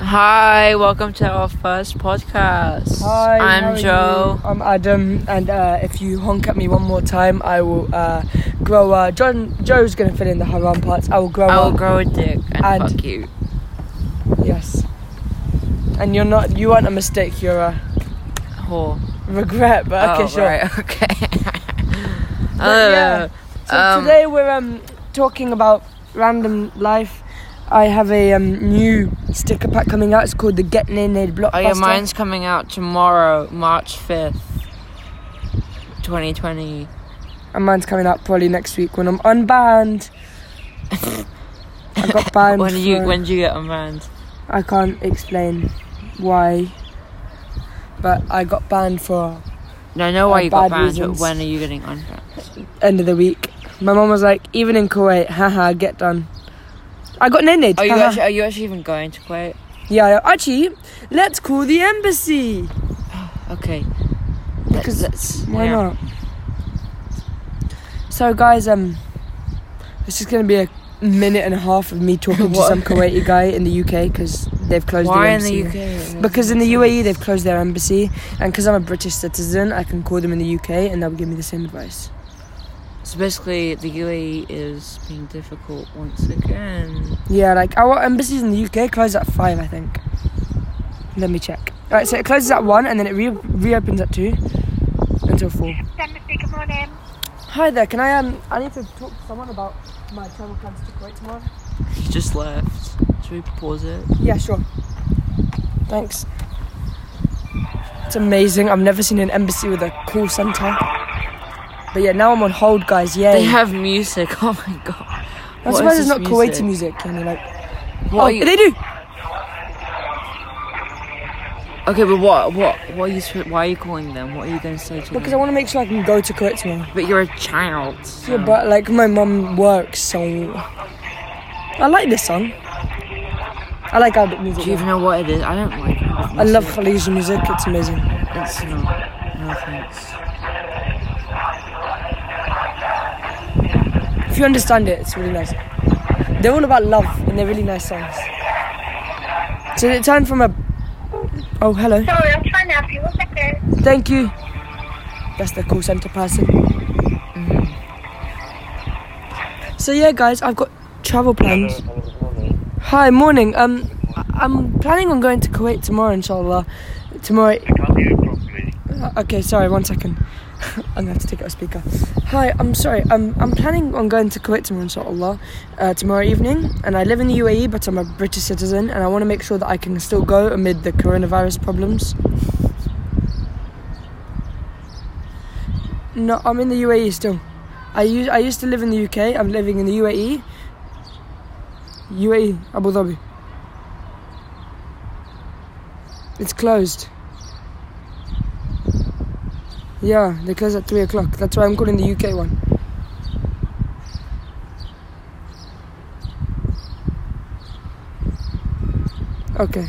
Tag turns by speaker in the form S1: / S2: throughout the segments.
S1: Hi, welcome to our first podcast.
S2: Hi, how are
S1: I'm
S2: you?
S1: Joe.
S2: I'm Adam, and uh, if you honk at me one more time, I will uh, grow. Uh, John, Joe's gonna fill in the haram parts. I will grow.
S1: I will
S2: up.
S1: grow a dick and,
S2: And-
S1: fuck you.
S2: Yes. And you're not. You aren't a mistake. You're a
S1: Whore.
S2: regret. But okay,
S1: oh,
S2: sure.
S1: Right, okay. Oh,
S2: But yeah. So
S1: um,
S2: today we're um, talking about random life. I have a um, new sticker pack coming out. It's called the Get Nailed Blockbuster.
S1: Oh, yeah, mine's coming out tomorrow, March 5th, 2020.
S2: And mine's coming out probably next week when I'm unbanned. I got banned.
S1: when do you
S2: for-
S1: when do you get unbanned?
S2: I can't explain why, but I got banned for
S1: No, I know why
S2: Uh,
S1: you got
S2: bad
S1: banned,
S2: reasons.
S1: but when are you getting unbanned?
S2: end of the week. My mum was like, even in Kuwait, haha, get done. I got nailed.
S1: Are Oh, you,
S2: haha.
S1: actually, are you actually even going to Kuwait?
S2: Yeah, actually, let's call the embassy.
S1: Okay.
S2: Because
S1: that's
S2: Why not? So, guys, um, this is gonna be a minute and a half of me talking to
S1: What?
S2: some Kuwaiti guy in the UK because they've closed
S1: Why
S2: the
S1: in
S2: embassy.
S1: the UK?
S2: Because in the E UAE they've closed their embassy, and because I'm a British citizen, I can call them in the UK and they'll give me the same advice.
S1: So basically, the UAE is being difficult once again.
S2: Yeah, like our embassies in the UK close at five, I think. Let me check. Alright, so it closes at one, and then it re- reopens at two until four.
S3: Embassy, good morning.
S2: Hi there. Can I um? I need to talk to someone about my travel plans to Kuwait tomorrow.
S1: He just left. Should we pause it?
S2: Yeah, sure. Thanks. It's amazing. I've never seen an embassy with a call center. But yeah, now I'm on hold, guys. Yay.
S1: They have music. Oh my god.
S2: I'm
S1: What is
S2: surprised it's
S1: this
S2: not Kuwaiti music. And you're like,
S1: What
S2: oh,
S1: are you-
S2: they do.
S1: Okay, but what? What? What are you? sw- Why are you calling them? What are you going to say to
S2: Because I
S1: them?
S2: want to make sure I can go to Kuwait tomorrow.
S1: But you're a child. so-
S2: Yeah, but like my mum works, so I like this song. I like Arabic music.
S1: Do you even know what it is? I don't like.
S2: I love Khaliji music. It's amazing.
S1: It's not. No offense.
S2: If you understand it, it's really nice. They're all about love, and they're really nice songs. So it turned from a. Oh, hello.
S3: Sorry, I'm trying to help you. One second.
S2: Thank you. That's the call center person. Mm. So yeah, guys, I've got travel plans. Hi, morning. Um, I- I'm planning on going to Kuwait tomorrow, inshallah. Tomorrow. Uh, Okay, sorry. One second. I'm gonna have to take out a speaker. Hi, I'm sorry. Um, I'm planning on going to Kuwait tomorrow, inshallah, uh, tomorrow evening. And I live in the UAE, but I'm a British citizen, and I want to make sure that I can still go amid the coronavirus problems. No, I'm in the UAE still. I used I used to live in the UK. I'm living in the E. UAE. UAE, E, Abu Dhabi. It's closed. Yeah, they close at three o'clock. That's why I'm calling the UK one. Okay.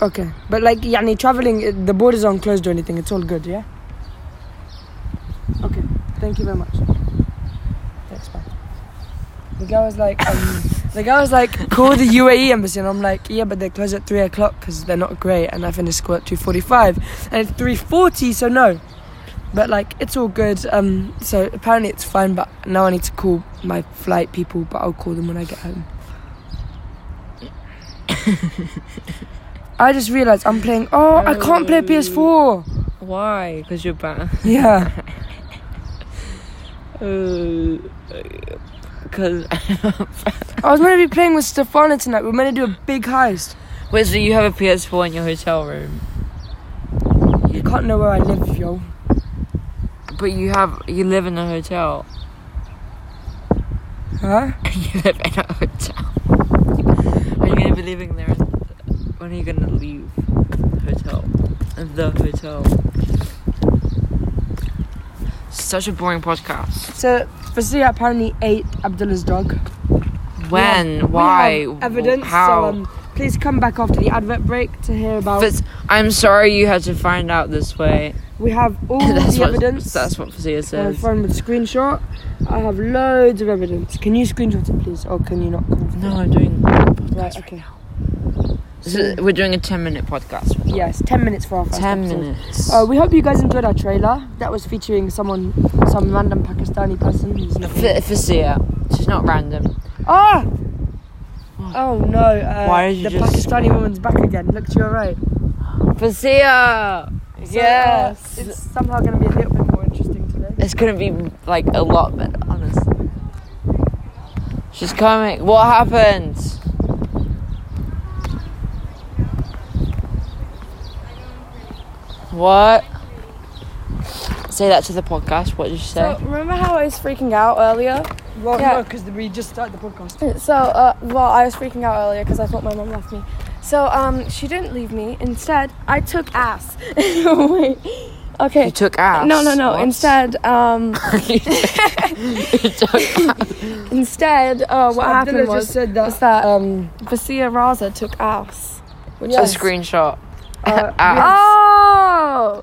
S2: Okay, but like, yani traveling, it- the borders aren't closed or anything. It's all good, yeah. Okay, thank you very much. Thanks, bye. The guy was like, um, the guy was like, call the UAE embassy, and I'm like, yeah, but they close at three o'clock because they're not great, and I finished school at two forty-five, and it's three forty, so no. But like, it's all good. Um, so apparently it's fine, but now I need to call my flight people, but I'll call them when I get home. I just realized I'm playing. Oh, I can't play PS4.
S1: Why? Because you're banned.
S2: Yeah.
S1: Because
S2: I was meant to be playing with Stefano tonight. We are meant to do a big heist.
S1: wait, so you have a PS4 in your hotel room,
S2: You can't know where I live, yo.
S1: but you have you live in a hotel.
S2: Huh?
S1: you live in a hotel. Are you gonna be leaving there? When are you gonna leave the hotel? The hotel. Such a boring podcast.
S2: So, Fasia apparently ate Abdullah's dog.
S1: When?
S2: We have-
S1: Why?
S2: We have evidence.
S1: How?
S2: So, um, please come back after the advert break to hear about.
S1: Fitz, I'm sorry you had to find out this way.
S2: we have all
S1: that's
S2: Oh, the
S1: what
S2: evidence.
S1: that's what Fazia
S2: I have a
S1: says.
S2: phone with a screenshot. I have loads of evidence. Can you screenshot it, please, or can you not?
S1: No, I'm doing.
S2: Right. Okay.
S1: So we're doing a ten-minute podcast.
S2: Yes. Ten minutes for our first
S1: Ten
S2: episode.
S1: minutes.
S2: Uh, we hope you guys enjoyed our trailer. That was featuring someone, some random Pakistani person. Who's not
S1: F- Fazia, she's not random.
S2: ah! Oh no! Uh,
S1: Why did you
S2: the
S1: just-
S2: Pakistani woman's back again. Look to your right.
S1: Fazia.
S2: So, uh,
S1: Yes.
S2: it's somehow going to be a little bit more interesting today.
S1: It's gonna be like a lot better, honestly. She's coming. What happened? What? Say that to the podcast. What did you say?
S4: So remember how I was freaking out earlier?
S2: Well,
S4: Yeah.
S2: no, because we just started the podcast.
S4: So uh, well, I was freaking out earlier because I thought my mom left me. So um, she didn't leave me. Instead, I took ass. Wait.
S1: you
S4: Okay.
S1: took ass.
S4: No, no, no.
S1: What?
S4: Instead, um,
S1: you took ass.
S4: instead, uh, what happened
S2: Abdullah just
S4: was
S2: said that.
S4: was that-
S2: um,
S4: Basia Raza took ass. Which
S2: Yes.
S4: is
S1: A screenshot.
S2: Uh,
S1: ass.
S4: Oh,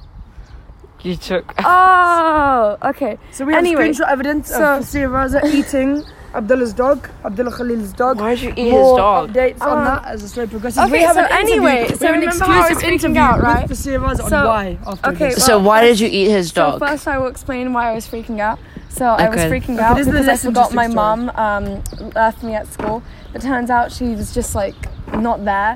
S1: You took.
S4: oh, okay.
S2: so we have
S4: Anyway,
S2: screenshot evidence
S4: so-
S2: of Fasir Raza eating Abdullah's dog, Abdullah Khalil's dog.
S1: Why did you eat his
S2: More
S1: dog?
S2: Updates on
S4: Uh,
S2: that as the story progresses.
S4: okay,
S2: we have
S4: so
S2: an interview-
S4: anyway,
S2: we have
S4: so
S2: an
S4: remember how I was
S2: exclusive
S4: freaking
S2: interview
S4: out, right?
S2: With Fasir Raza on
S4: So-
S2: why after
S4: okay,
S2: this.
S1: so why did you eat his
S4: So
S1: dog?
S4: first, I will explain why I was freaking out. So I was
S1: Okay.
S4: freaking
S2: Okay,
S4: out
S2: this is the
S4: because I
S2: less
S4: forgot my
S2: interesting story.
S4: mum um, left me at school. But turns out she was just like not there,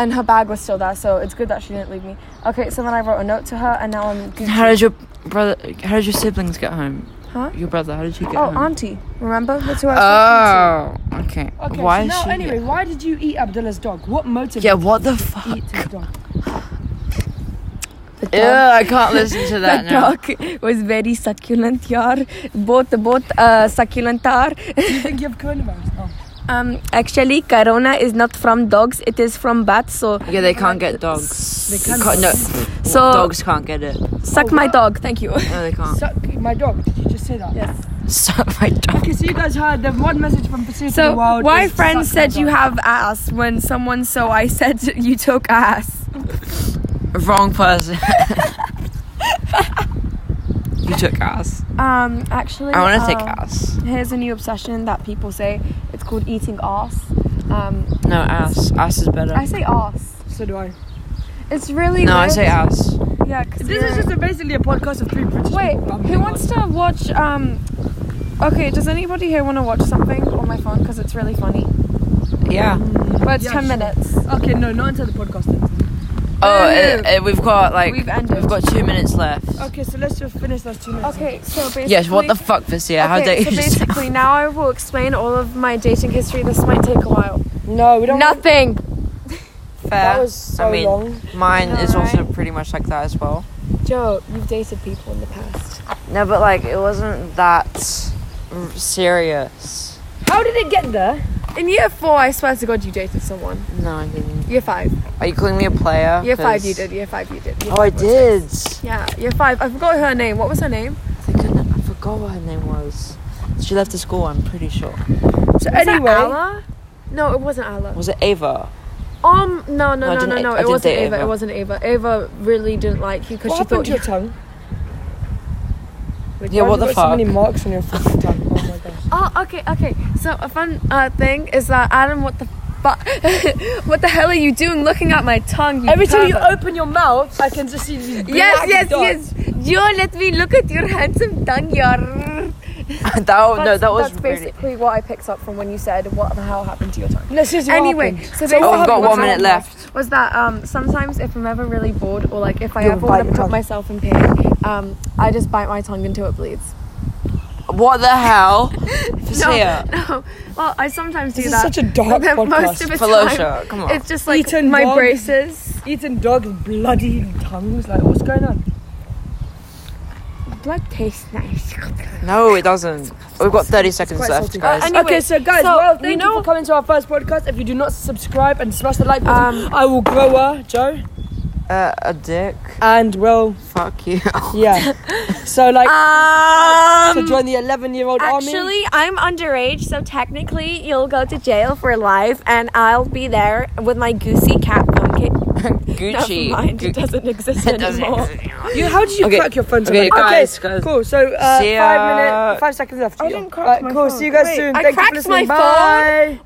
S4: and her bag was still there. So it's good that she didn't leave me. Okay, so then I wrote a note to her, and now I'm. Goofy.
S1: how did your brother? How did your siblings get home?
S4: Huh?
S1: Your brother? How did you get
S4: Oh,
S1: home?
S4: auntie, remember that's who I was
S1: Oh, okay.
S2: Okay,
S1: Why
S2: so
S1: is
S2: now,
S1: she?
S2: anyway, why did you eat Abdullah's dog? What motivated
S1: yeah, what the
S2: you
S1: fuck?
S2: to eat his dog?
S4: talking
S1: Ew,
S4: to.
S1: I can't listen to that
S4: The
S1: now.
S4: dog was very succulent, yaar. Both, both uh, succulent are.
S2: You think you have coronavirus? Oh.
S4: Um, actually, corona is not from dogs; it is from bats. So,
S1: Yeah, they can't get dogs.
S2: They can't-
S1: no,
S4: so
S1: dogs can't get it. No,
S4: suck
S2: Oh,
S4: my
S2: wow.
S4: dog. Thank you.
S1: they can't.
S2: Suck my dog. Did you just say that?
S4: Yes.
S1: Suck my dog.
S2: Okay, so you guys heard the one message from Pacific
S4: So
S2: World.
S4: why
S2: is
S4: friends
S2: suck my
S4: said you
S2: dog.
S4: have ass when someone so I said you took ass.
S1: Wrong person. you took ass.
S4: Um, actually,
S1: I want to take
S4: um,
S1: ass.
S4: Here's a new obsession that people say. It's called eating ass. Um,
S1: No, ass. Ass is better.
S4: I say ass.
S2: So do I.
S4: It's really
S1: no, I
S4: weird.
S1: say ass.
S4: Yeah, 'cause
S2: This is
S4: we're-
S2: just a, basically a podcast of three British
S4: Wait,
S2: people. I'm
S4: who
S2: not-
S4: wants to watch? Um, okay, does anybody here want to watch something on my phone? Because it's really funny.
S1: Yeah.
S4: But it's
S2: Yeah,
S4: ten
S2: sure.
S4: minutes.
S2: Okay, no, not until the podcast ends.
S1: Oh,
S4: no,
S1: it, it- we've got like
S4: We've ended.
S1: we've got two minutes left.
S2: Okay, so let's just finish those two minutes.
S4: Okay, so basically.
S1: Yes. What the fuck, Vasya? How dare
S4: okay,
S1: you?
S4: so basically, now I will explain all of my dating history. This might take a while.
S2: No, we don't. want-
S4: Nothing.
S1: Fair.
S2: that was so
S1: I mean,
S2: long.
S1: Mine is
S4: Alright.
S1: also pretty much like that as well.
S4: Joe, you've dated people in the past.
S1: No, but like it wasn't that r- serious.
S2: How did it get there?
S4: In year four, I swear to God, you dated someone.
S1: No, I didn't.
S4: Year five.
S1: Are you calling me a player?
S4: Year five,
S1: 'Cause-
S4: you did. Year five, you did. Year
S1: Oh, I
S4: five was it.
S1: did.
S4: Yeah, year five. I forgot her name. What was her name?
S1: I, couldn't- I forgot what her name was. She left the school. I'm pretty sure.
S2: So
S4: Was that
S2: anyway,
S4: Ala? No, it wasn't Ala.
S1: Was it Ava?
S4: Um, no,
S1: No, I
S4: no, no,
S1: didn't-
S4: no, no.
S1: I
S4: It
S1: didn't
S4: wasn't
S1: date
S4: Ava.
S1: Ava.
S4: It wasn't Ava. Ava really didn't like you because
S2: what
S4: she
S2: happened
S4: thought
S2: to
S4: you.
S2: your tongue? Like,
S1: Yeah,
S2: why
S1: what
S2: have you
S1: the
S2: got So many
S1: fuck?
S2: marks on your fucking tongue. Oh my gosh.
S4: Oh, okay, okay. So a fun uh, thing is that Adam, what the fuck? what the hell are you doing looking at my tongue? You
S2: Every time you
S4: pervert.
S2: open your mouth, I can just see these.
S4: Yes,
S2: black
S4: yes,
S2: dots.
S4: yes. Yo, let me look at your handsome tongue, yar.
S1: that Oh, no,
S4: That's-
S1: that was
S4: that's
S1: really.
S4: basically what I picked up from when you said what the hell happened to your tongue.
S2: Let's just
S4: Anyway, so basically,
S1: Oh, we've got
S4: what
S1: one minute
S4: happened
S1: left.
S4: Was that um, sometimes if I'm ever really bored or like if I
S2: You'll
S4: ever
S2: bite
S4: want to
S2: your
S4: put
S2: tongue.
S4: myself in pain, um, I just bite my tongue until it bleeds.
S1: What the hell? Vasya.
S4: No, no. Well, I sometimes do
S2: This is
S4: that.
S2: such a dark
S4: but then Most
S2: podcast.
S4: of the time,
S1: Fallosha, come on.
S4: it's just like
S2: Eaten
S4: my
S2: dog.
S4: braces.
S2: Eating dogs' bloody tongues. Like, what's going on?
S4: Blood tastes nice.
S1: No, it doesn't. We've got 30 seconds
S2: quite
S1: left,
S2: salty.
S1: guys.
S4: Uh, Anyway,
S2: okay, so guys,
S4: so,
S2: well,
S4: you
S2: thank you,
S4: know-
S2: for coming to our first podcast. If you do not subscribe and smash the like button,
S4: Um,
S2: I will grow her, Joe.
S1: Uh, a dick.
S2: And well,
S1: Fuck you.
S2: yeah. So like to
S4: Um,
S2: join the 11 year old army.
S4: actually, I'm underage, so technically you'll go to jail for life, and I'll be there with my goosey cat pumpkin.
S1: Gucci.
S4: Never mind,
S1: Gu-
S4: it doesn't exist
S1: It doesn't
S4: anymore.
S1: exist anymore.
S2: You, how did you
S1: Okay.
S2: crack your phone
S1: Okay,
S2: today?
S1: guys, guys.
S2: Cool. So uh,
S1: See
S2: five
S1: ya.
S2: minutes, five seconds left. I didn't crack Cool. See you guys soon.
S4: I
S2: Thank you for
S4: cracked my
S2: listening.
S4: phone.
S2: Bye.